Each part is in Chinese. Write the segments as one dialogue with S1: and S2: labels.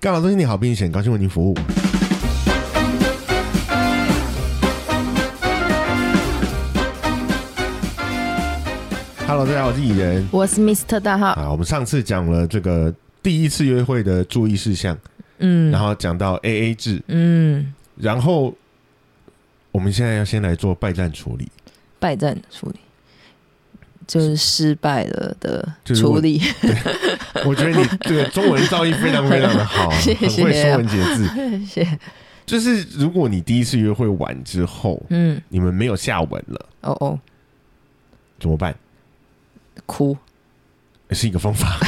S1: 干嘛中心你好避孕险，高兴为您服务。Hello，大家好，我是蚁人。
S2: 我是 Mr 大号，
S1: 啊，我们上次讲了这个第一次约会的注意事项，
S2: 嗯，
S1: 然后讲到 A A 制，
S2: 嗯，
S1: 然后我们现在要先来做败战 处理。
S2: 败战处理就是失败了的
S1: 就是
S2: 处理，
S1: 我觉得你这个中文造诣非常非常的好，啊
S2: 谢谢
S1: 很会说文解字。
S2: 谢谢，
S1: 就是如果你第一次约会完之后，
S2: 嗯，
S1: 你们没有下文了，
S2: 哦哦，
S1: 怎么办？
S2: 哭，
S1: 是一个方法，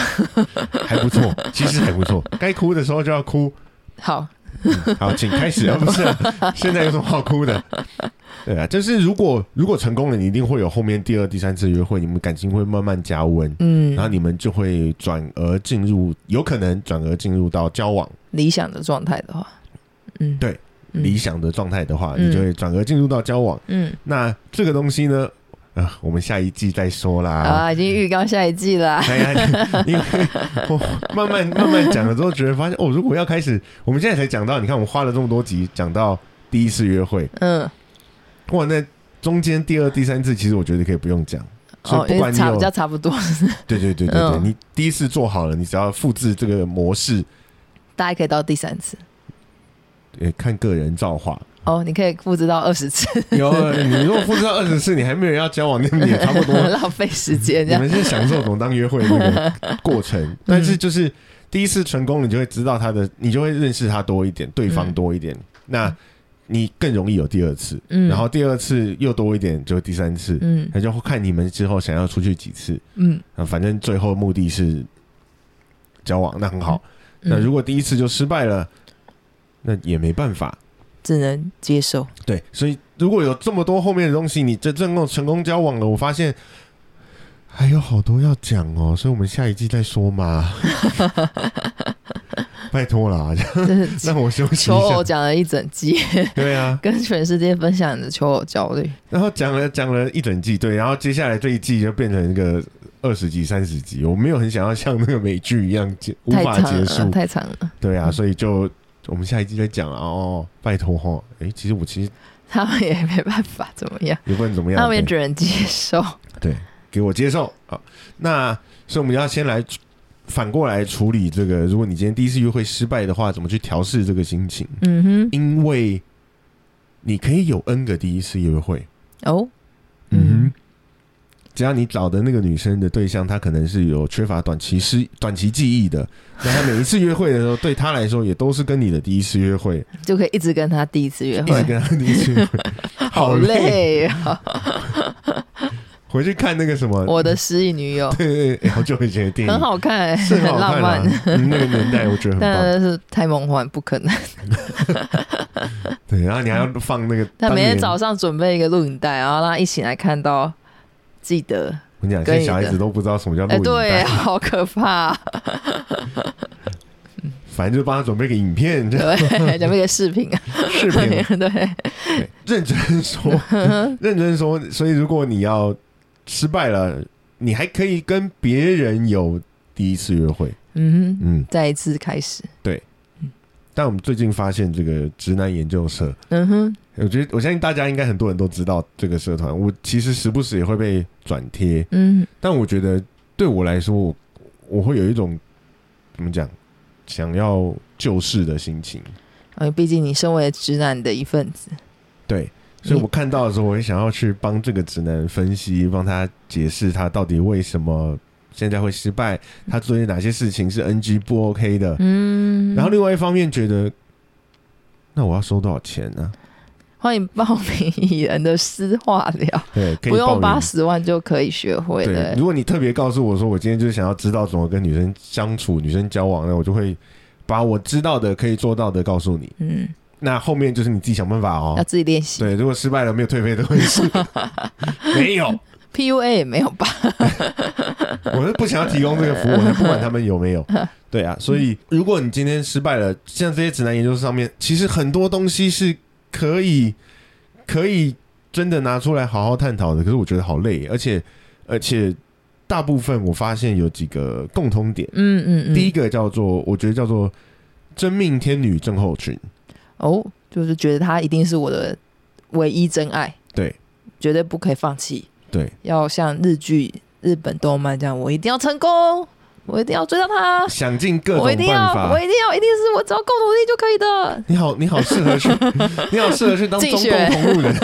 S1: 还不错，其实还不错。该哭的时候就要哭。
S2: 好，
S1: 好，请开 始。啊、不是啊、现在有什么好哭的？对啊，就是如果如果成功了，你一定会有后面第二、第三次约会，你们感情会慢慢加温，
S2: 嗯
S1: 然，后你们就会转而进入，有可能转而进入到交往。
S2: 理想的状态的话，嗯，
S1: 对
S2: 嗯，
S1: 理想的状态的话，
S2: 嗯
S1: 你就会转而进入到交往。
S2: 嗯
S1: 那这个东西呢，啊，我们下一季再说啦。
S2: 啊，已经预告下一季啊啦，
S1: 哎呀，因为我慢慢慢慢讲了之后，觉得发现哦，如果要开始，我们现在才讲到，你看我们花了这么多集讲到第一次约会，
S2: 嗯，
S1: 哇，那中间第二、第三次，其实我觉得可以不用讲。所
S2: 哦，
S1: 以不
S2: 因
S1: 管
S2: 为
S1: 你
S2: 差
S1: 有
S2: 比较差不多，
S1: 对对对对对，
S2: 嗯
S1: 你第一次做好了，你只要复制这个模式，
S2: 大家可以到第三次，
S1: 呃，看个人造化。
S2: 哦，你可以复制到二十次，
S1: 有你如果复制到二十次，你还没有人要交往，那你也差不多。
S2: 浪费时间这
S1: 你
S2: 样，嗯
S1: 们是享受怎么当约会的 那个过程，但是就是第一次成功，你就会知道他的，你就会认识他多一点，对方多一点，那你更容易有第二次，
S2: 嗯，
S1: 然后，第二次又多一点，就第三次，
S2: 嗯
S1: 那就看你们之后想要出去几次，
S2: 嗯，
S1: 啊，反正最后目的是交往，那很好。那
S2: 嗯
S1: 如果第一次就失败了，那也没办法。
S2: 只能 接受，
S1: 对，所以如果有这么多后面的东西，你真正够成功交往了，我发现还有好多要讲哦，所以我们下一季再说嘛。 拜托啦，
S2: 就是
S1: 让我休息
S2: 求
S1: 一
S2: 偶
S1: 下。
S2: 讲了一整季，
S1: 对啊，
S2: 跟全世界分享你的求偶焦虑。
S1: 然后讲了讲了一整季，对，然后接下来这一季就变成一个二十集、三十集，我没有很想要像那个美剧一样结无
S2: 太
S1: 法
S2: 长
S1: 结
S2: 了，
S1: 束，
S2: 太长了。
S1: 对啊，
S2: 嗯
S1: 所以就我们下一季再讲啊哦，拜托哈，诶，其实我其实
S2: 他们也没办法怎么样，
S1: 也不能怎么样，
S2: 他们也
S1: 对
S2: 只能接受。
S1: 对，给我接受啊。那所以我们要先来反过来处理这个，如果你今天第一次约会失败的话，怎么去调试这个心情？
S2: 嗯
S1: 因为你可以有 N 个第一次约会，
S2: 哼，哦，
S1: 嗯哼，只要你找的那个女生的对象，她可能是有缺乏短期失短期记忆的，那她每一次约会的时候，对她来说也都是跟你的第一次约会，
S2: 就可以一直跟他第一次
S1: 一
S2: 约
S1: 直
S2: 会，
S1: 跟她第一次约 会，好
S2: 好
S1: 累。
S2: 累啊！
S1: 回去看那个什么，
S2: 我的失忆女友
S1: 对对对，好久以前的电影
S2: 很。好 看，
S1: 是
S2: 很
S1: 好
S2: 浪
S1: 看啊
S2: 漫，
S1: 嗯那个年代我觉得很 棒。
S2: 但是太梦幻，不可能。
S1: 对，然后你还要放那个
S2: 他
S1: 当
S2: 每天
S1: 年
S2: 早上准备一个录影带，然后让他一起来看到，记得，
S1: 我跟你讲，现
S2: 跟
S1: 在
S2: 你
S1: 小孩
S2: 的
S1: 子都不知道什么叫录
S2: 哎，
S1: 影带，
S2: 对，好 可怕，
S1: 反正就帮他准备个影片，这样
S2: 对，准备一个视频啊，
S1: 视 频。
S2: 对，
S1: 对认真说， 认真说。所以如果你要失败了，你还可以跟别人有第一次约会。
S2: 嗯哼，
S1: 嗯，
S2: 再一次开始，
S1: 但我们最近发现这个直男研究社，
S2: 嗯哼，
S1: 我觉得我相信大家应该很多人都知道这个社团。我其实时不时也会被转贴，
S2: 嗯
S1: 但我觉得对我来说，我我会有一种怎么讲，想要救世的心情。
S2: 呃，毕竟你身为直男的一份子，
S1: 对，所以
S2: 你
S1: 我看到的时候，我也想要去帮这个直男分析，帮他解释他到底为什么现在会失败，他做些哪些事情是 NG 不 OK 的。
S2: 嗯，
S1: 然后另外一方面觉得，那我要收多少钱啊呢、
S2: 欢迎报名蚁人的私话聊，
S1: 对，可以报
S2: 不用
S1: 名
S2: 八十万就可以学会
S1: 对，
S2: 了。
S1: 如果你特别告诉我说，我今天就是想要知道怎么跟女生相处、女生交往，那我就会把我知道的、可以做到的告诉你。
S2: 嗯，
S1: 那后面就是你自己想办法
S2: 要
S1: 哦。
S2: 自己练习。
S1: 对，如果失败了，没有退费的回 事，没有。
S2: PUA 也没有吧？
S1: 我是不想要提供这个服务，我才不管他们有 没有。对啊，所以如果你今天失败了，像这些指南研究上面，其实很多东西是可以可以真的拿出来好好探讨的。可是我觉得好累，而且而且大部分我发现有几个共通点。
S2: 嗯嗯嗯。
S1: 第一个叫做，我觉得叫做真命天女症候群，
S2: 哦，就是觉得他一定是我的唯一真爱，
S1: 对，
S2: 绝对不可以放弃，
S1: 对，
S2: 要像日剧、日本动漫这样，我一定要成功，我一定要追到他，
S1: 想尽各种
S2: 我一定
S1: 办
S2: 要，
S1: 法
S2: 我。一定要，一定是我只要够努力就可以的。
S1: 你好，你好适合去，你好适合去当中
S2: 竞
S1: 共
S2: 选
S1: 同路人，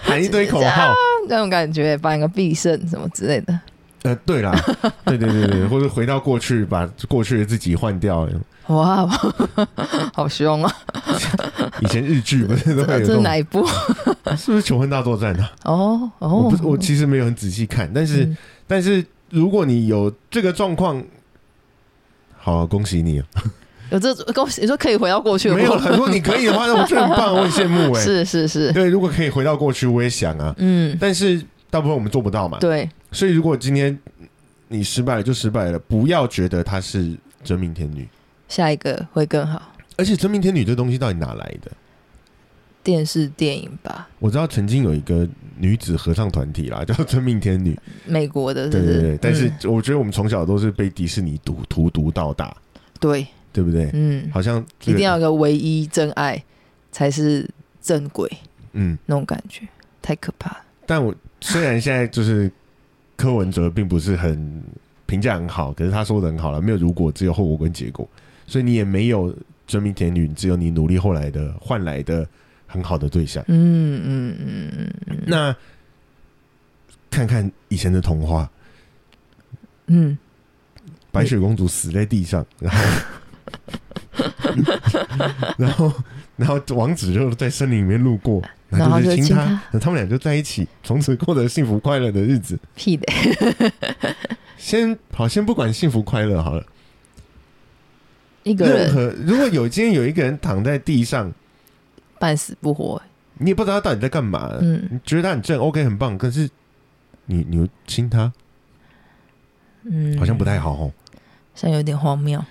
S1: 喊一堆口号。
S2: 那种感觉，办一个必胜什么之类的，
S1: 呃，对啦，对对对对，或者回到过去，把过去的自己换掉。
S2: 哇， 好凶啊！
S1: 以前日剧不是都
S2: 这
S1: 会有这
S2: 这是
S1: 种，
S2: 哪一部？
S1: 是不是《求婚大作战》啊？
S2: 哦
S1: 我
S2: 哦
S1: 不，是，我其实没有很仔细看，但是
S2: 嗯
S1: 但是如果你有这个状况，好，恭喜你啊！
S2: 有这恭喜你说可以回到过去了，
S1: 没有了，如果你可以的话，那我觉得很棒，我很羡慕哎、
S2: 是是是，
S1: 对，如果可以回到过去，我也想啊，
S2: 嗯，
S1: 但是大部分我们做不到嘛。
S2: 对，
S1: 所以如果今天你失败了，就失败了，不要觉得她是真命天女。
S2: 下一个会更好。
S1: 而且真命天女这东西到底哪来的？
S2: 电视电影吧，
S1: 我知道曾经有一个女子合唱团体啦，叫真命天女。
S2: 美国的，
S1: 对
S2: 是不
S1: 对
S2: 是
S1: 对，但是
S2: 嗯
S1: 我觉得我们从小都是被迪士尼荼荼毒到大，
S2: 对，
S1: 对不对？
S2: 嗯，
S1: 好像这
S2: 一
S1: 个
S2: 定要有个唯一真爱才是正轨，
S1: 嗯，
S2: 那种感觉太可怕了。
S1: 但我虽然现在就是柯文哲并不是很评价很好，可是他说的很好了，没有如果，只有后果跟结果，所以你也没有真命天女，只有你努力后来的换来的很好的对象。
S2: 嗯嗯嗯嗯嗯
S1: 那看看以前的童话，
S2: 嗯，
S1: 白雪公主死在地上，然后。 然后，然后王子就在森林里面路过，
S2: 然后
S1: 就
S2: 就
S1: 去
S2: 亲
S1: 亲
S2: 她
S1: 她，他们俩就在一起，从此过得幸福快乐的日子。
S2: 屁的，
S1: 先好，先不管幸福快乐好了。
S2: 一个
S1: 任
S2: 人
S1: 何如果有今天有一个人躺在地上，
S2: 半死不活，
S1: 你也不知道他到底在干嘛，
S2: 嗯
S1: 你觉得他很正，OK，很棒，可是你你亲他
S2: 嗯，
S1: 好像不太，好哦。
S2: 像有点荒谬。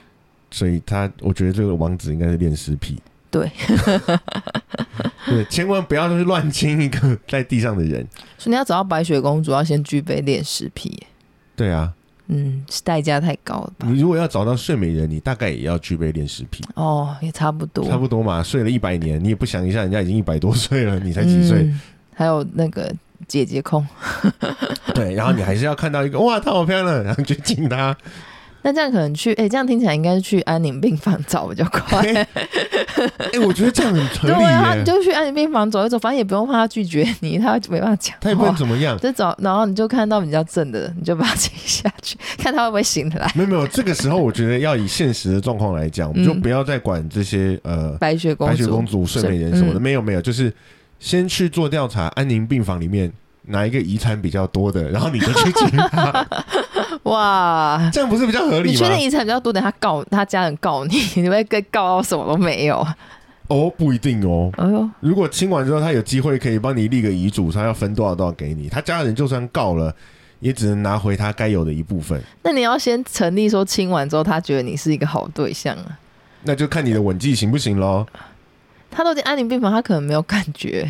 S1: 所以他，我觉得这个王子应该是恋尸癖。
S2: 对，
S1: 对，千万不要去乱亲一个在地上的人。
S2: 所以你要找到白雪公主，要先具备恋尸癖耶，
S1: 对啊，
S2: 嗯，代价太高了吧？
S1: 你如果要找到睡美人，你大概也要具备恋尸癖，
S2: 哦，也差不多，
S1: 差不多嘛。睡了一百年，你也不想一下，人家已经一百多岁了，你才几岁？
S2: 嗯还有那个姐姐控，
S1: 对，然后你还是要看到一个哇，她好漂亮，然 后就亲她。
S2: 那这样可能去，哎、这样听起来应该是去安宁病房找比较 快。
S1: 哎、哎我觉得这样很合
S2: 对
S1: 理
S2: 啊，你
S1: 耶，
S2: 就去安宁病房走一走，反正也不用怕他拒绝你，他没办法讲
S1: 他也不能
S2: 话。
S1: 怎么样。
S2: 就找，然后你就看到比较正的，你就把他请下去， 看他会不会醒得来。
S1: 没有没有，这个时候我觉得要以现实的状况来讲，我们就
S2: 嗯
S1: 不要再管这些呃
S2: 白雪公主，
S1: 白雪公主、睡美人什么的，
S2: 嗯
S1: 没有没有，就是先去做调查，安宁病房里面哪一个遗产比较多的，然后你就去亲 他，
S2: 哇！
S1: 这样不是比较合
S2: 你
S1: 理
S2: 确
S1: 吗
S2: 定？遗产比较多，等他告他家人告你， 你会被告到什么都没有。啊
S1: 哦，不一定哦。
S2: 哎呦，
S1: 如果亲完之后，他有机会可以帮你立个遗嘱，他要分多少多少给你，他家人就算告了，也只能拿回他该有的一部分。
S2: 那你要先成立说亲完之后，他觉得你是一个好对象啊。
S1: 那就看你的吻技行不行喽。
S2: 他都已经安宁病房，他可能没有感觉，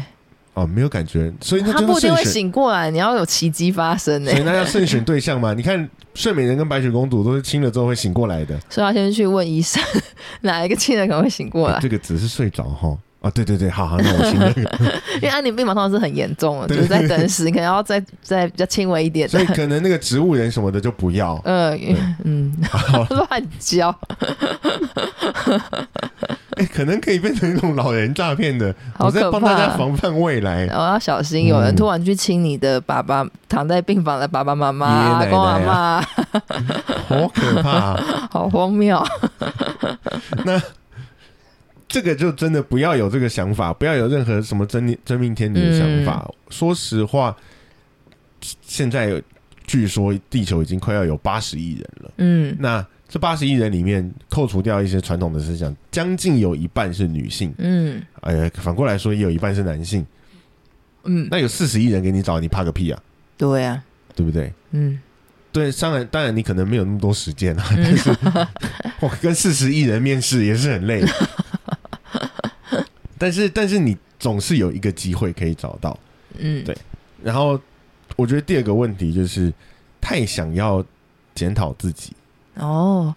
S1: 哦，没有感觉，所以那
S2: 他
S1: 就
S2: 不
S1: 要
S2: 一定
S1: 慎
S2: 会
S1: 选。
S2: 醒过来。你要有奇迹发生欸呢、
S1: 所以那要慎选对象嘛？你看睡美人跟白雪公主都是亲了之后会醒过来 的，
S2: 所以要先去问医生， 哪一个亲人可能会醒过来
S1: 这？个只是睡着哈。哦，对对对，好好，那我醒了。
S2: 因为安宁病房通常是很严重的，
S1: 对
S2: 就是在等死，你可能 要再再比较轻微一点
S1: 所以
S2: 的。。
S1: 可能那个植物人什么的就不要
S2: 呃，嗯，
S1: 好，
S2: 乱教，
S1: 哎、可能可以变成一种老人诈骗的。
S2: 好
S1: 我在
S2: 可
S1: 帮大家
S2: 怕！
S1: 防嗯范未来。
S2: 我要小心，有人突然去亲你的爸爸，躺在病房的爸爸妈妈、阿
S1: 爷爷奶奶啊
S2: 公阿妈，
S1: 好可怕、 啊！
S2: 好荒谬。
S1: 这个就真的不要有这个想法，不要有任何什么真真命天女的想法。
S2: 嗯
S1: 说实话，现在有据说地球已经快要有八十亿人了。
S2: 嗯，
S1: 那这八十亿人里面，扣除掉一些传统的思想，将近有一半是女性，
S2: 嗯
S1: 呃，反过来说也有一半是男性。
S2: 嗯，
S1: 那有四十亿人给你找，你怕个屁啊，
S2: 对啊，
S1: 对不对？
S2: 嗯
S1: 对，当然，当然，你可能没有那么多时间啊，但是我跟四十亿人面试也是很累的。但是，但是你总是有一个机会可以找到。
S2: 嗯，
S1: 对然后，我觉得第二个问题就是太想要检讨自己。
S2: 哦，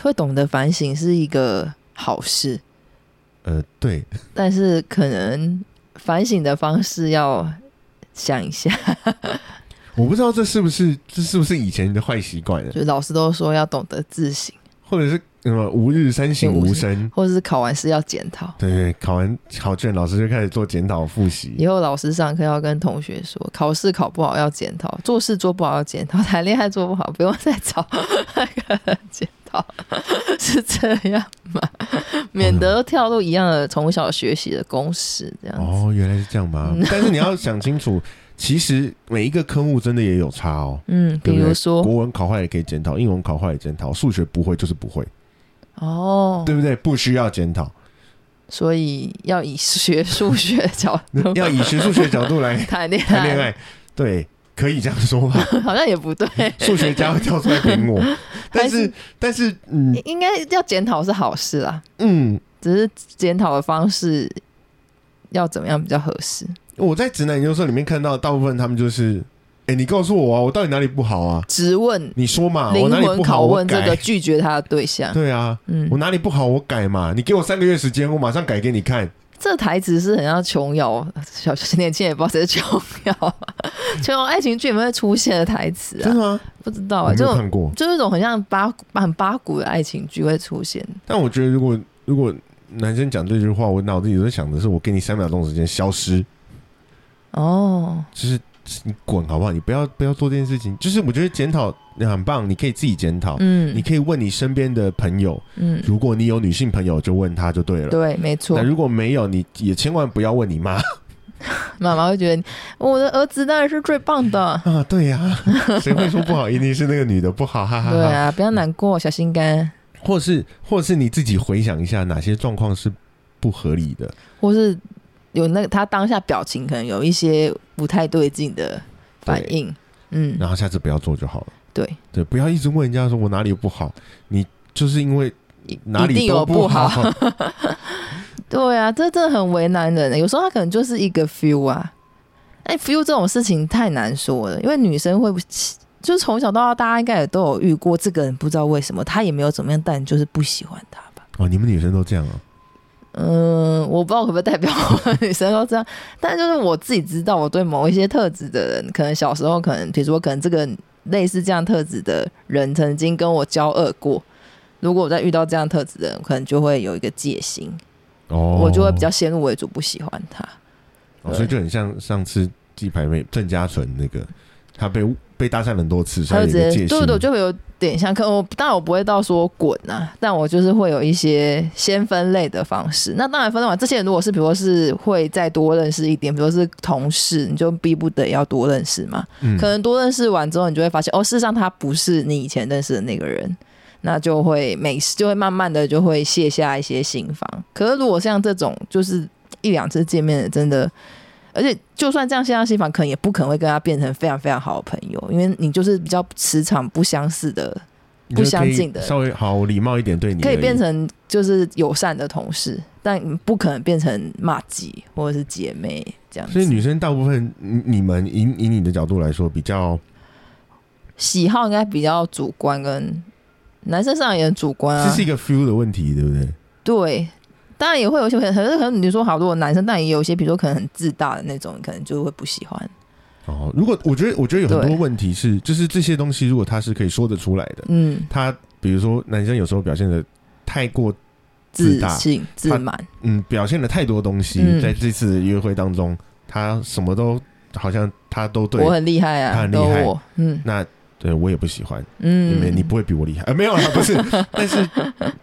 S2: 会懂得反省是一个好事，
S1: 呃，对，
S2: 但是可能反省的方式要想一下。
S1: 我不知道这是不是这是不是以前的坏习惯了，
S2: 就老师都说要懂得自省，
S1: 或者是什么吾日三省吾身。
S2: 或者是考完试要检讨。
S1: 对对，考完考卷，老师就开始做检讨复习。
S2: 以后老师上课要跟同学说，考试考不好要检讨，做事做不好要检讨， 谈恋爱做不好不用再找 那个人检讨， 是这样吗？
S1: 哦
S2: 免得跳入一样的从小学习的公式这样子。嗯
S1: 哦，原来是这样吗？但是你要想清楚，其实每一个科目真的也有差哦。
S2: 嗯，比
S1: 对不对
S2: 如说
S1: 国文考坏也可以检讨，英文考坏也检讨，数学不会就是不会，
S2: 哦，
S1: 对不对？不需要检讨，
S2: 所以要以学数学角度
S1: 要以学数学角 度来
S2: 谈恋
S1: 谈恋爱，对，可以这样 说吧。
S2: 好像也不对，
S1: 数学家会跳出来评我，但是但是嗯
S2: 应应该要检讨是好事啦，
S1: 嗯，
S2: 只是检讨的方式要怎么样比较合适？
S1: 我在直男研究社里面看到大部分他们就是，哎、你告诉我啊，我到底哪里不好啊？
S2: 质问、
S1: 你说嘛，啊我
S2: 灵
S1: 哪里
S2: 魂
S1: 不好
S2: 拷
S1: 我
S2: 问这
S1: 改
S2: 个。拒绝他的对象，
S1: 对啊，
S2: 嗯
S1: 我，哪里不好我改嘛，你给我三个月时间，我马上改给你看。
S2: 这台词是很像琼瑶，小年轻人也不知道谁是琼瑶 啊，琼瑶爱情剧里面会出现的台词
S1: 真
S2: 啊，
S1: 的吗？
S2: 不知道
S1: 我
S2: 啊，
S1: 没
S2: 这
S1: 有
S2: 种
S1: 看过，
S2: 就是一种很像八很八股的爱情剧会出现，
S1: 但我觉得如果如果男生讲这句话，我脑子里在想的是，我给你三秒钟时间消失，
S2: 哦，
S1: 就是你滚好不好？你不要不要做这件事情。就是我觉得检讨很棒，你可以自己检讨，你
S2: 嗯
S1: 可以问你身边的朋友，
S2: 嗯，
S1: 如果你有女性朋友，就问她就对了。
S2: 对，没错
S1: 那，如果没有，你也千万不要问你妈
S2: 妈妈会觉得我的儿子当然是最棒的，
S1: 啊！对呀、 谁会说不好？一定是那个女的不好，哈哈哈。
S2: 对啊，不要难过，小心肝，
S1: 或是或是你自己回想一下，哪些状况是不合理的？
S2: 或是有那个他当下表情可能有一些不太对劲的反
S1: 对
S2: 应，嗯，
S1: 然后下次不要做就好了。
S2: 对，
S1: 对，不要一直问人家说我哪里不好，你就是因为
S2: 一
S1: 哪
S2: 一定
S1: 里
S2: 有
S1: 都
S2: 不
S1: 好。
S2: 好， 对啊，这真的很为难人的。有时候他可能就是一个 feel 啊，哎，feel 这种事情太难说了，因为女生会，就是从小到大，大家应该也都有遇过这个人，不知道为什么他也没有怎么样，但你就是不喜欢他吧。
S1: 哦，你们女生都这样哦。
S2: 嗯，我不知道可不可以代表我们女生都这样，但就是我自己知道，我对某一些特质的人，可能小时候可能，比如说可能这个类似这样特质的人曾经跟我交恶过，如果我再遇到这样特质的人，我可能就会有一个戒心，
S1: 哦，
S2: 我就会比较先入为主，不喜欢他。
S1: 哦，所以就很像上次鸡排妹郑嘉纯那个，她被被搭讪了很多次，所
S2: 他
S1: 以
S2: 就
S1: 有一
S2: 直
S1: 个
S2: 接
S1: 戒
S2: 对
S1: 心。
S2: 对，就会有点像，可能我当然我不会到说滚啊，但我就是会有一些先分类的方式。那当然分类完，这些人如果是比如说是会再多认识一点，比如说是同事，你就逼不得要多认识嘛。
S1: 嗯
S2: 可能多认识完之后，你就会发现哦，事实上他不是你以前认识的那个人。那就会每就会慢慢的就会卸下一些心防。可是如果像这种就是一两次见面的，真的，而且就算这样卸下心防，可能也不可能会跟他变成非常非常好的朋友，因为你就是比较磁场不相似的，
S1: 你就
S2: 不相
S1: 可以
S2: 近的
S1: 稍微好礼貌一点对你
S2: 可以
S1: 而已
S2: 变成就是友善的同事，但你不可能变成骂鸡或者是姐妹这样
S1: 所以
S2: 子。
S1: 女生大部分，你你们以以你的角度来说，比较
S2: 喜好应该比较主观，跟男生上也很主观
S1: 这
S2: 啊
S1: 是一。个 feel 的问题，对不对？
S2: 对，当然也会有一些可能，可是可能你说好，如果男生，但也有一些，比如说可能很自大的那种，你可能就会不喜欢。
S1: 哦，如果我觉得，我觉得有很
S2: 对
S1: 多问题是，就是这些东西，如果他是可以说得出来的，
S2: 嗯，
S1: 他比如说男生有时候表现的太过，自
S2: 自
S1: 大
S2: 信、自
S1: 他
S2: 满，
S1: 嗯，表现了太多东西，
S2: 嗯
S1: 在这次的约会当中，他什么都好像他都对
S2: 我，很厉害
S1: 他
S2: 啊，
S1: 很厉
S2: 都
S1: 害
S2: 我，嗯
S1: 那对我也不喜欢，因为
S2: 嗯，
S1: 你不会比我厉害，呃，没有啦，不 是，但是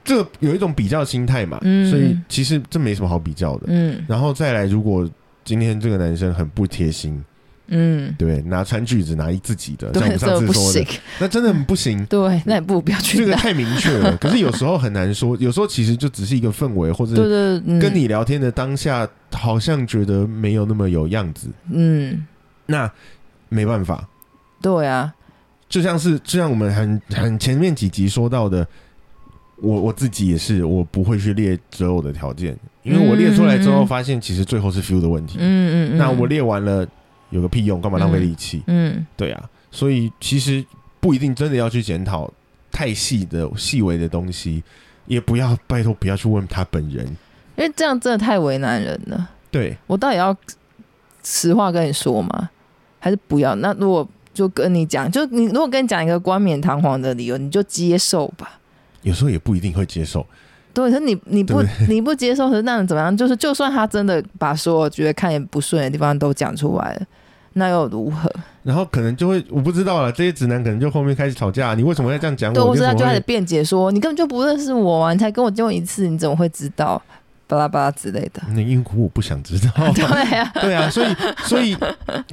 S1: 这有一种比较心态嘛，
S2: 嗯
S1: 所以其实这没什么好比较的。
S2: 嗯
S1: 然后再来，如果今天这个男生很不贴心，
S2: 嗯，
S1: 对不对，拿餐具只拿一自己的，像我
S2: 对，
S1: 们上
S2: 这
S1: 次
S2: 不
S1: 说
S2: 行。
S1: 的，，那真的很不行
S2: 对，那你不如不要
S1: 这
S2: 去
S1: 个
S2: 打，
S1: 太明确了，可是有时候很难说，有时候其实就只是一个氛围，或
S2: 对
S1: 者
S2: 对，嗯对
S1: 跟，你聊天的当下，好像觉得没有那么有样子，
S2: 嗯嗯，
S1: 那没办法，
S2: 对啊，
S1: 就像是就像我们很很前面几集说到的，我我自己也是，我不会去列择偶的条件，因为我列出来之
S2: 嗯嗯
S1: 后，
S2: 嗯
S1: 发现其实最后是 feel 的问题。
S2: 嗯嗯嗯，
S1: 那我列完了有个屁用？干嘛浪费力气？
S2: 嗯
S1: 对啊，所以其实不一定真的要去检讨太细的细微的东西，也不要拜托不要去问他本人。
S2: 因为这样真的太为难人了。
S1: 对，
S2: 我到底要实话跟你说吗？还是不要？那如果就跟你讲，就你如果跟你讲一个冠冕堂皇的理由，你就接受吧。
S1: 有时候也不一定会接受。
S2: 对，可是你你不 你不接受，可是那能怎么样？就是就算他真的把所有觉得看也不顺眼的地方都讲出来了，那又如何？
S1: 然后可能就会我不知道了，这些直男可能就后面开始吵架，你为什么要这样讲
S2: 对，
S1: 我？
S2: 或
S1: 你
S2: 是
S1: 为
S2: 他
S1: 什
S2: 就
S1: 么
S2: 开始
S1: 会
S2: 辩解说，你根本就不认识我啊，你才跟我见过一次，你怎么会知道？巴拉巴拉之类的。
S1: 那因为我不想知 道。
S2: 对啊，
S1: 对啊，所以所以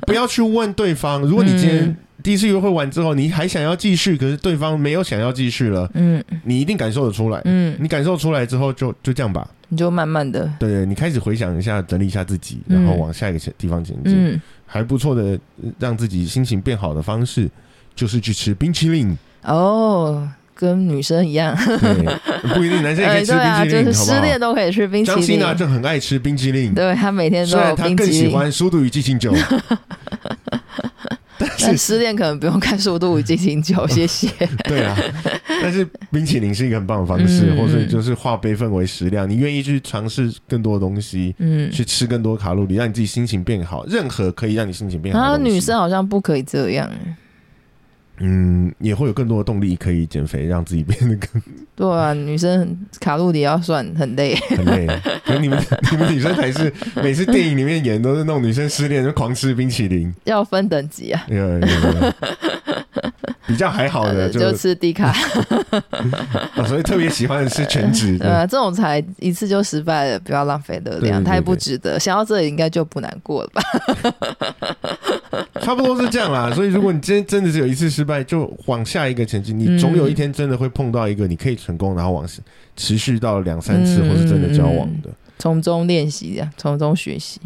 S1: 不要去问对方。如果你今天
S2: 嗯
S1: 第一次约会完之后，你还想要继续，可是对方没有想要继续了，
S2: 嗯
S1: 你一定感受得出来。
S2: 嗯，
S1: 你感受出来之后就，就这样吧。
S2: 你就慢慢的，
S1: 对对，你开始回想一下，整理一下自己，然后
S2: 嗯
S1: 往下一个前地方前进。
S2: 嗯，
S1: 还不错的，呃让自己心情变好的方式就是去吃冰淇淋。
S2: 哦，跟女生一样，
S1: 对，不一定男生也可
S2: 哎，
S1: 以吃
S2: 对啊，
S1: 冰淇
S2: 就
S1: 淋，
S2: 是
S1: 好
S2: 失
S1: 不
S2: 恋
S1: 好？
S2: 都可以吃冰淇
S1: 张希
S2: 淋
S1: 娜，就很爱吃冰淇淋，
S2: 对她每天都
S1: 虽
S2: 有
S1: 然她
S2: 冰
S1: 更
S2: 淇
S1: 喜
S2: 淋，
S1: 欢苏度与激情 酒，但是
S2: 但失恋可能不用看速度与激情 酒，谢谢。
S1: 对啊，但是冰淇淋是一个很棒的方式，
S2: 嗯
S1: 或是
S2: 嗯
S1: 就是化悲愤为食量，你愿意去尝试更多的东西，
S2: 嗯，
S1: 去吃更多卡路里，让你自己心情变好。任何可以让你心情变好
S2: 然后
S1: 的东西，
S2: 啊女生好像不可以这样，
S1: 嗯，也会有更多的动力可以减肥，让自己变得更
S2: 对啊，女生卡路里要算很累，
S1: 很累。啊可是你们你们女生还是每次电影里面演都是那种女生失恋就狂吃冰淇 淋，哎
S2: 要分等级啊，
S1: 有有有有比较还好的
S2: 呃
S1: 哦就
S2: 就吃低卡，
S1: 啊所以特别喜欢的是全 脂
S2: 对
S1: 的。
S2: 啊，这种才一次就失败了，不要浪费热
S1: 对对
S2: 量，
S1: 对
S2: 太不
S1: 对
S2: 值得。想到这里应该就不难过了吧？
S1: 差不多是这样啦。所以，如果你今天真的是有一次失败，就往下一个前进，你
S2: 嗯
S1: 总有一天真的会碰到一个你可以成功，然后往持续到两三
S2: 嗯
S1: 次，或是真的交往的。
S2: 从中练习啊，从中学习。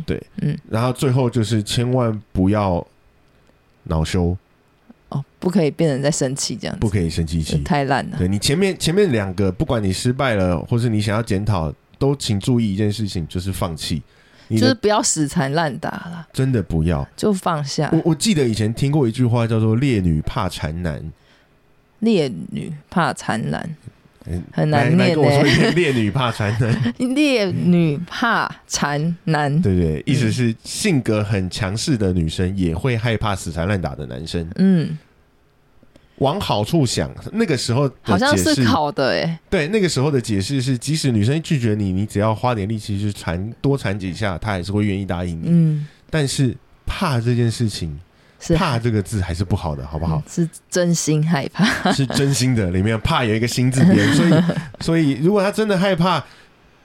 S1: 然后最后就是千万不要恼羞，
S2: 哦，不可以变成在生气这样
S1: 不
S2: 子，
S1: 可以生气
S2: 就
S1: 气。
S2: 太烂了。
S1: 对你前面前面两个，不管你失败了，或是你想要检讨，都请注意一件事情，就是放弃。你
S2: 就是
S1: 的
S2: 啊不要死缠烂打了，
S1: 真的不要。
S2: 就放下
S1: 我。我记得以前听过一句话叫做“烈女怕缠男
S2: 烈女怕缠烂
S1: 嗯，
S2: 很”，
S1: 来
S2: 难
S1: 来
S2: 念
S1: 跟我说一
S2: 呢。
S1: 遍“ 烈女怕缠男”。
S2: 烈女怕缠男，
S1: 对对，意思是性格很强势的女生也会害怕死缠烂打的男生。
S2: 嗯，
S1: 往好处想，那个时候的
S2: 好像
S1: 解释
S2: 是考的哎，
S1: 对那个时候的解释是，即使女生拒绝你，你只要花点力气去缠多缠几下，她还是会愿意答应你。
S2: 嗯，
S1: 但是怕这件事情，
S2: 是嗯
S1: 怕这个字还是不好的，好不好？
S2: 是真心害 怕，
S1: 是真心的，里面怕有一个心字 边，所以所以如果她真的害怕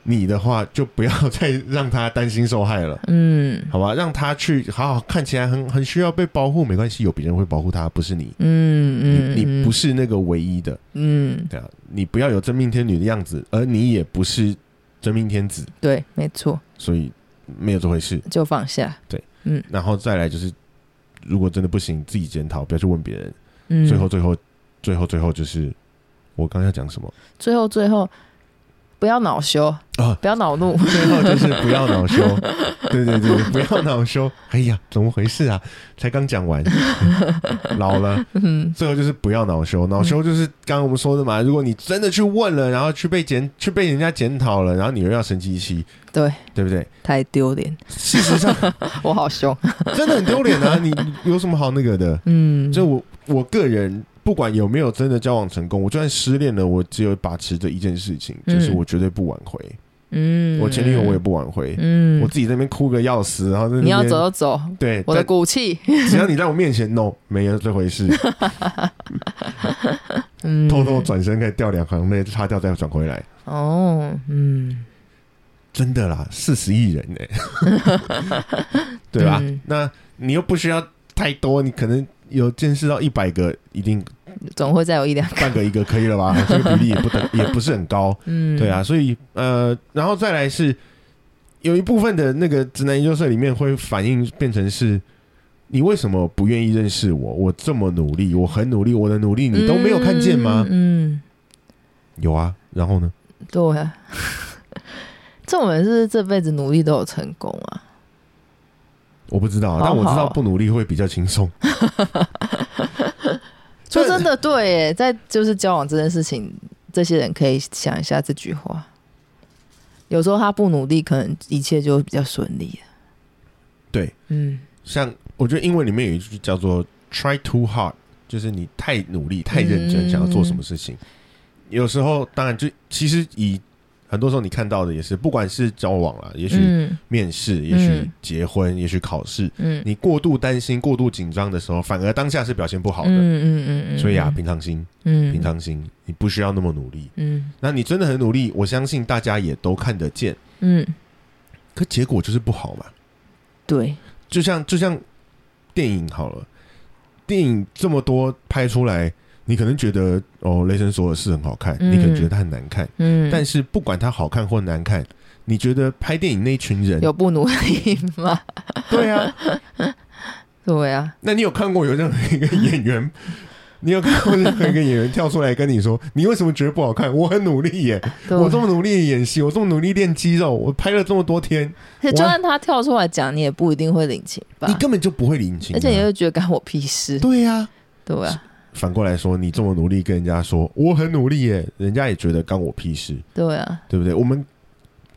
S1: 你的话，就不要再让她担心受害了。
S2: 嗯
S1: 好吧，让他去好好看起来很很需要被保护，没关系，有别人会保护他，不是你，
S2: 嗯嗯，
S1: 你你不
S2: 是
S1: 是那个唯一的，
S2: 嗯，
S1: 对啊，你不要有真命天女的样子，而你也不是真命天子，
S2: 对，没错，
S1: 所以没有这回事。
S2: 就放下，
S1: 然后再来就是，如果真的不行，自己检讨，不要去问别人。
S2: 嗯，
S1: 最后，最后，最后，最后就是我刚刚要讲什 么？
S2: 最后最后不要恼羞
S1: 啊，
S2: 不要恼 怒，
S1: 最后就是不要恼 羞，对对对，不要恼羞。哎呀，怎么回事啊？才刚讲 完，老了。
S2: 嗯
S1: 最后就是不要恼羞，恼羞就是刚刚我们说的嘛。如果你真的去问了，然后去被检去被人家检讨了，然后你又要生气气，
S2: 对
S1: 对不对？
S2: 太丢脸，
S1: 事实 上
S2: 我 好凶，
S1: 真的很丢脸啊！你有什么好那个的？
S2: 嗯，
S1: 就我我个人，不管有没有真的交往成功，我就算失恋了，我只有把持着一件事情，
S2: 嗯
S1: 就是我绝对不挽回。
S2: 嗯，
S1: 我前女友我也不挽回，
S2: 嗯
S1: 我，自己在那边哭个要死，然后在那
S2: 你要
S1: 边
S2: 走就走，
S1: 对，
S2: 我的骨气，
S1: 但只要你在我面前 no 没有这回事，
S2: 嗯，
S1: 偷偷转身可以掉两行泪，擦掉再转回来。
S2: 哦，嗯，
S1: 真的啦，四十亿人呢、 对吧？
S2: 嗯
S1: 那你又不需要太多，你可能有见识到一百个，一定
S2: 总会再有一两
S1: 半
S2: 个，
S1: 个一个可以了吧？ 这个比例也不等，也不是很高，
S2: 嗯，
S1: 对啊。，所以呃，然后再来是有一部分的那个直男研究社里面会反映变成是。你为什么不愿意认识我？我这么努力，我很努力，我的努力你都没有看见吗？
S2: 嗯，
S1: 有啊，然后呢？
S2: 嗯对 啊，这种人是不是这辈子努力都有成功啊，
S1: 我不知道啊，
S2: 好
S1: 但我知道
S2: 好
S1: 不努力会比较轻松。
S2: 说真的，对耶，在就是交往这件事情，这些人可以想一下这句话。有时候他不努力，可能一切就会比较顺利了。
S1: 对，
S2: 嗯，
S1: 像我觉得英文里面有一句叫做 “try too hard”，就是你太努力、太认真，
S2: 嗯
S1: 想要做什么事情。有时候，当然就其实以很多时候你看到的也是，不管是交往啦，也许
S2: 嗯
S1: 面试，也许
S2: 嗯
S1: 结婚，也许考试，
S2: 嗯
S1: 你过度担心、过度紧张的时候，反而当下是表现不好
S2: 嗯
S1: 的。
S2: 嗯嗯嗯，
S1: 所以啊，
S2: 嗯
S1: 平常心，
S2: 嗯
S1: 平常心，你不需要那么努力。
S2: 嗯
S1: 那你真的很努力，我相信大家也都看得见，
S2: 嗯，
S1: 可结果就是不好嘛。
S2: 对，
S1: 就像就像电影好了，电影这么多拍出来，你可能觉得哦，雷神索尔是很好看，
S2: 嗯
S1: 你可能觉得它很难看，
S2: 嗯，
S1: 但是不管它好看或难看，你觉得拍电影那群人
S2: 有不努力吗？
S1: 对啊？
S2: 对啊，
S1: 那你有看过有任何一个演 员？你有看过任何一个演员跳出来跟你说，你为什么觉得不好看？我很努力耶，
S2: 对
S1: 我这么努力演戏，我这么努力练肌肉，我拍了这么多天，
S2: 而且
S1: 我
S2: 就算他跳出来讲，你也不一定会领情吧
S1: 你？根本就不会领情啊、
S2: 而且你会觉得干我屁事，
S1: 对呀、
S2: 对啊，
S1: 反过来说，你这么努力跟人家说我很努力耶，人家也觉得干我屁事，
S2: 对啊，
S1: 对不对？我们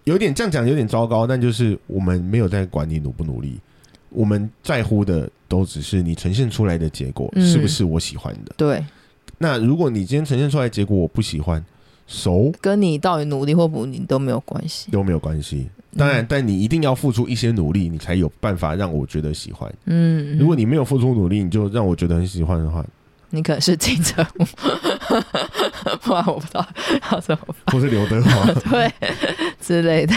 S1: 有点这样讲有点糟糕，但就是我们没有在管你努不努力，我们在乎的都只是你呈现出来的结果、
S2: 嗯
S1: 是不是我喜欢的。
S2: 对，啊
S1: 那如果你今天呈现出来的结果我不喜欢，熟
S2: 跟你到底努力或不努力都没有关系。
S1: 都没有关系。当
S2: 嗯
S1: 然，但你一定要付出一些努力，你才有办法让我觉得喜欢。
S2: 嗯，嗯，
S1: 如果你没有付出努力，你就让我觉得很喜欢的 话，
S2: 你可能是金城武， 不然我不知道要怎么
S1: 或是刘德华，
S2: 办，对之类的。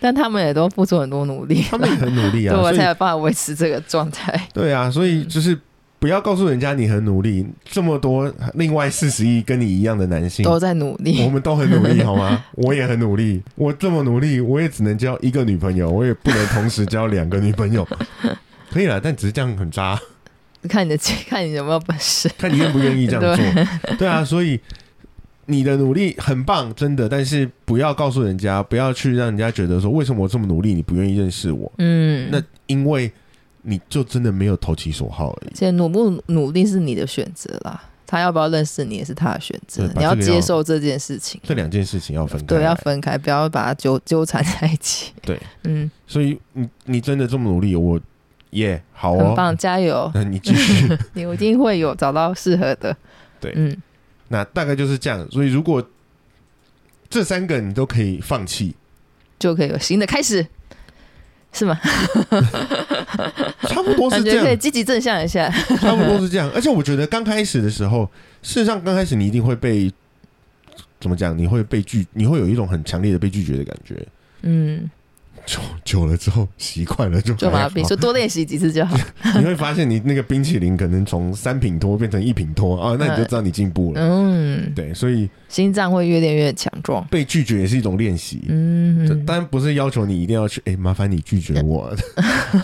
S2: 但他们也都付出很多努力，
S1: 他们也很努力啊，
S2: 对我
S1: 所以
S2: 才有嗯办法维持这个状态。
S1: 对啊，所以就是不要告诉人家你很努力，这么多另外四十亿跟你一样的男性，
S2: 都在努
S1: 我
S2: 力，
S1: 们都很努力，好 吗？我也很努力，我这么努力，我也只能交一个女朋友，我也不能同时交两个女朋 友。可以啦，但只是这样很渣，啊
S2: 看你的看你有没有本事。
S1: 看你愿不愿意这样做。 对啊，所以你的努力很棒，真的，但是不要告诉人家，不要去让人家觉得说为什么我这么努力，你不愿意认识我，
S2: 嗯，
S1: 那因为你就真的没有投其所好而已。
S2: 而且努不努力是你的选择啦，他要不要认识你也是他的选择
S1: 对，把
S2: 你要
S1: 这个要
S2: 接受这件事情，
S1: 这两件事情要分开来，
S2: 对，要分开，不要把它纠纠缠在一起。
S1: 对，
S2: 嗯，
S1: 所以你你真的这么努力，我耶、好
S2: 很
S1: 哦，
S2: 棒，加 油，
S1: 那你继续。
S2: 你一定会有找到适合的。
S1: 对
S2: 嗯，
S1: 那大概就是这样。所以如果这三个你都可以放弃，
S2: 就可以有新的开始，是吗？
S1: 差不多
S2: 感
S1: 是这
S2: 觉可以
S1: 样，
S2: 积极正向一下。
S1: 差不 多是这样。而且我觉得刚开始的时候，事实上刚开始你一定会被怎么讲？你会被拒，你会有一种很强烈的被拒绝的感觉。
S2: 嗯，
S1: 久久了之后，习惯了就
S2: 就
S1: 还
S2: 把
S1: 哎好
S2: 比说多练习几次就好。
S1: 你会发现你那个冰淇淋可能从三品脱变成一品脱啊，那你就知道你进步了。
S2: 嗯，
S1: 对，所以
S2: 心脏会越练越强壮。
S1: 被拒绝也是一种练习。
S2: 嗯
S1: 这，当然不是要求你一定要去，哎、麻烦你拒绝 我。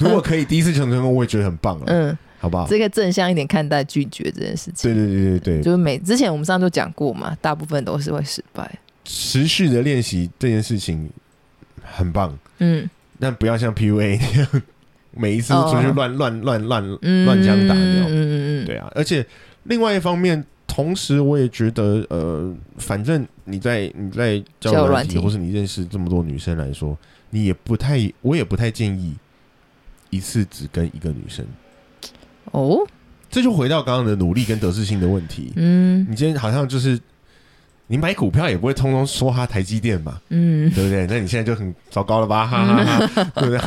S1: 如果可以第一次成功，我也觉得很棒了，
S2: 嗯，
S1: 好不好？
S2: 这个正向一点看待拒绝这件事情。
S1: 对对对对对，
S2: 就是每之前我们上周讲过嘛，大部分都是会失败。
S1: 持续的练习这件事情很棒，
S2: 嗯
S1: 但不要像 PUA 那样，每一次都出去
S2: 哦
S1: 乱乱乱乱
S2: 嗯，
S1: 乱枪打
S2: 嗯
S1: 鸟
S2: 嗯嗯嗯，
S1: 对啊，而且另外一方面，同时我也觉得，呃，反正你在你在交
S2: 交友
S1: 友
S2: 软
S1: 软
S2: 体
S1: 体，或是你认识这么多女生来说，你也不太，我也不太建议一次只跟一个女生。
S2: 哦，
S1: 这就回到刚刚的努力跟得失心的问题。
S2: 嗯
S1: 你今天好像就是你买股票也不会通通说它台积电嘛，
S2: 嗯，
S1: 对不 对？那你现在就很糟糕了吧，哈哈哈，对不对？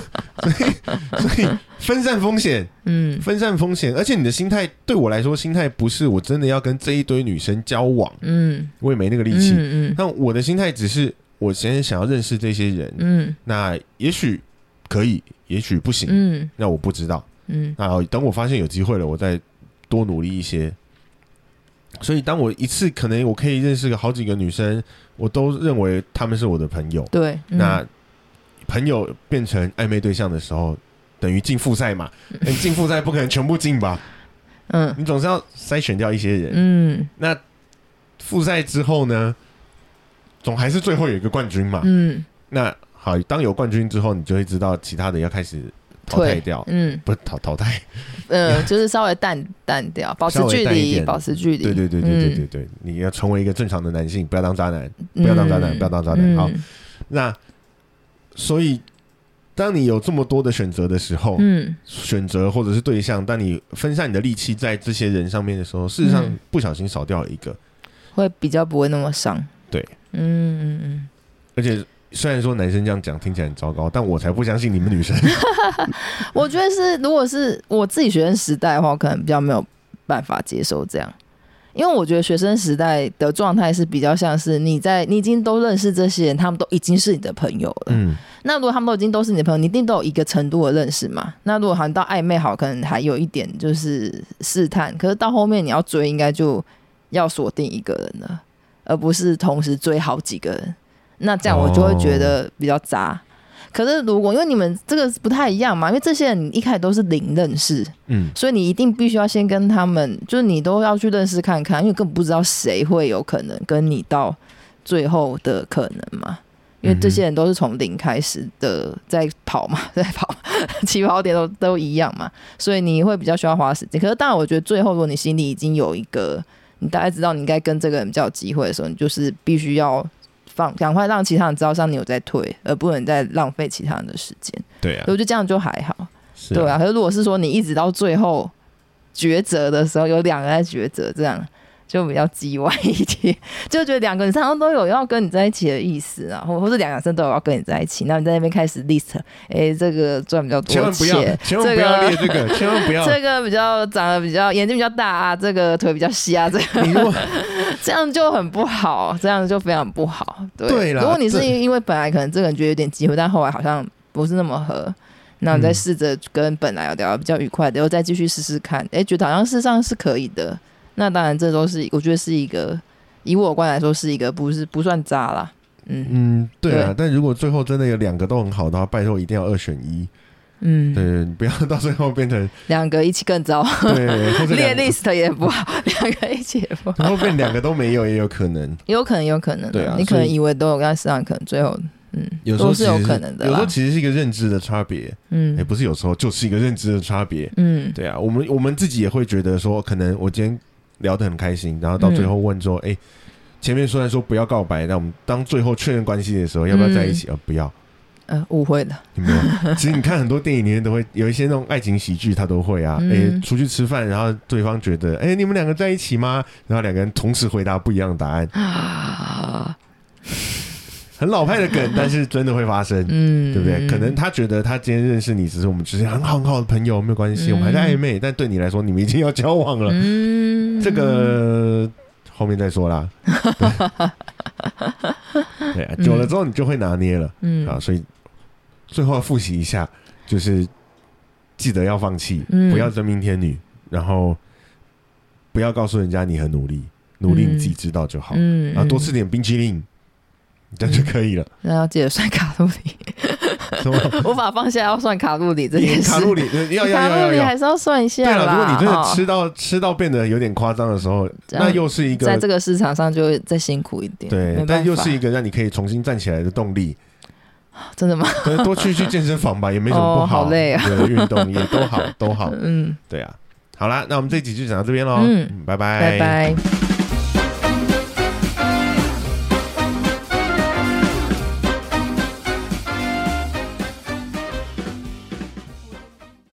S1: 所以所以分散风险，
S2: 嗯
S1: 分散风险，而且你的心态对我来说，心态不是我真的要跟这一堆女生交往，
S2: 嗯，
S1: 我也没那个力气。
S2: 嗯
S1: 那我的心态只是我先想要认识这些人，
S2: 嗯
S1: 那也许可以，也许不行，
S2: 嗯
S1: 那我不知道。
S2: 嗯
S1: 那等我发现有机会了，我再多努力一些。所以，当我一次可能我可以认识个好几个女生，我都认为她们是我的朋友。
S2: 对，嗯
S1: 那朋友变成暧昧对象的时候，等于进复 赛嘛？你进复赛不可能全部进吧？
S2: 嗯
S1: 你总是要筛选掉一些人。
S2: 嗯
S1: 那复赛之后呢，总还是啊最后有一个冠军嘛？
S2: 嗯
S1: 那好，当有冠军之后，你就会知道其他的要开始淘汰
S2: 退
S1: 掉，
S2: 嗯
S1: 不是淘淘汰，
S2: 嗯、呃就是稍微淡淡掉，保持
S1: 稍微
S2: 距
S1: 淡一
S2: 离，
S1: 点
S2: 保持距离。
S1: 对对对对对对
S2: 嗯，
S1: 对，你要成为一个正常的男性，不要当渣男。
S2: 嗯
S1: 不要当渣男不要当渣男好
S2: 嗯
S1: 那所以，当你有这么多的选择的时候，
S2: 嗯，
S1: 选择或者是对象，当你分散你的力气在这些人上面的时候，事实上
S2: 嗯
S1: 不小心少掉了一个。
S2: 会比较不会那么伤。
S1: 对，
S2: 嗯嗯嗯，
S1: 而且虽然说男生这样讲听起来很糟糕，但我才不相信你们女生。
S2: 我觉得是，如果是我自己学生时代的话，我可能比较没有办法接受这样，因为我觉得学生时代的状态是比较像是你在你已经都认识这些人，他们都已经是你的朋友了。
S1: 嗯，
S2: 那如果他们都已经都是你的朋友，你一定都有一个程度的认识嘛。那如果好像到暧昧好，可能还有一点就是试探，可是到后面你要追，应该就要锁定一个人了，而不是同时追好几个人。那这样我就会觉得比较渣。可是如果因为你们这个不太一样嘛，因为这些人你一开始都是零认识，
S1: 嗯，
S2: 所以你一定必须要先跟他们，就是你都要去认识看看，因为根本不知道谁会有可能跟你到最后的可能嘛。因为这些人都是从零开始的，在跑嘛， 在跑，起跑点都都一样嘛，所以你会比较需要花时间。可是当然，我觉得最后如果你心里已经有一个，你大概知道你应该跟这个人比较有机会的时候，你就是必须要放，赶快让其他人知道，像你有在退，而不能再浪费其他人的时间。
S1: 对
S2: 我
S1: 啊
S2: 觉，得这样就还好。
S1: 是
S2: 呃对啊，可是如果是说你一直到最后抉择的时候，有两个在抉择，这样就比较叽歪一点，就觉得两个人好像都有要跟你在一起的意思啊，或或者两个人都有要跟你在一起，那你在那边开始 list，哎、这个赚比较
S1: 千
S2: 多
S1: 万不要
S2: 钱，，
S1: 千万不要列这 个，千万不要。
S2: 这个比较长得比较眼睛比较大啊，这个腿比较细啊，这个
S1: 你如 果
S2: 这样就很不好，这样就非常不好。对，
S1: 对啦
S2: 如果你是
S1: 这
S2: 因为本来可能这个人觉得有点机会，但后来好像不是那么合，那你再
S1: 嗯
S2: 试着跟本来有聊得比较愉快的，又再继续试试看，哎，觉得好像事实上是可以的。那当然，这都是我觉得是一个以我观来说是一个不是不算渣啦，嗯
S1: 嗯，对啊
S2: 对，
S1: 但如果最后真的有两个都很好的话，拜托一定要二选一。
S2: 嗯，
S1: 对，你不要到最后变成
S2: 两个一起更糟，
S1: 对，或者
S2: 列
S1: 两个
S2: list 也不好，两个一起也不好，
S1: 然后变两个都没有也有可能。
S2: 有可能，有可能，
S1: 对啊
S2: 你可能
S1: 所以
S2: 以为都有，但事实上可能最后，嗯，
S1: 有时候
S2: 都是有
S1: 其实
S2: 可能的
S1: 有时候
S2: 啦，
S1: 其实是一个认知的差别，
S2: 嗯
S1: 也、哎不是有时候就是一个认知的差别。
S2: 嗯，
S1: 对啊，我们我们自己也会觉得说，可能我今天聊得很开心，然后到最后问说，
S2: 嗯
S1: 哎、前面虽然说不要告白，但我们当最后确认关系的时候，要不要在一起？
S2: 嗯
S1: 呃，不要，
S2: 呃，误 会了。
S1: 有没有？其实你看很多电影里面都会有一些那种爱情喜剧，他都会啊，哎、
S2: 嗯
S1: 出去吃饭，然后对方觉得，哎、你们两个在一起吗？然后两个人同时回答不一样的答案，
S2: 啊，
S1: 很老派的 梗，但是真的会发生。
S2: 嗯，
S1: 对不对？可能他觉得他今天认识你，只是我们只是很好很好的朋友，没有关系，
S2: 嗯
S1: 我们还在暧昧，但对你来说，你们已经要交往了。
S2: 嗯，
S1: 这个后面再说 啦。对对啊，久了之后你就会拿捏了、
S2: 嗯，
S1: 啊，所以最后要复习一下，就是记得要放弃，
S2: 嗯
S1: 不要真命天女，然后不要告诉人家你很努力，努力你自己知道就好，
S2: 嗯，
S1: 然后多吃
S2: 嗯，
S1: 点冰淇淋，这样就可 以了。
S2: 那要记得算卡路里，
S1: 什么？
S2: 无法放下要算卡路里这件事，
S1: 卡路里呃要要
S2: 卡
S1: 要
S2: 路
S1: 要
S2: 里
S1: 要
S2: 还。是要算一下
S1: 对了，
S2: 啦。
S1: 如果你真的
S2: 哦
S1: 吃到、吃到变得有点夸张的时候，
S2: 这样
S1: 那又是一
S2: 在
S1: 个
S2: 这个市场上就会再辛苦一点，没
S1: 对
S2: 办，
S1: 但又
S2: 法
S1: 是一个让你可以重新站起来的动力。
S2: 真的吗？
S1: 可能多去去健身房吧，也没什么不
S2: 哦好累啊
S1: 对，运动也都好，都好。
S2: 嗯，
S1: 对啊，好啦，那我们这集就讲到这边喽。
S2: 嗯
S1: 嗯，拜拜，
S2: 拜拜。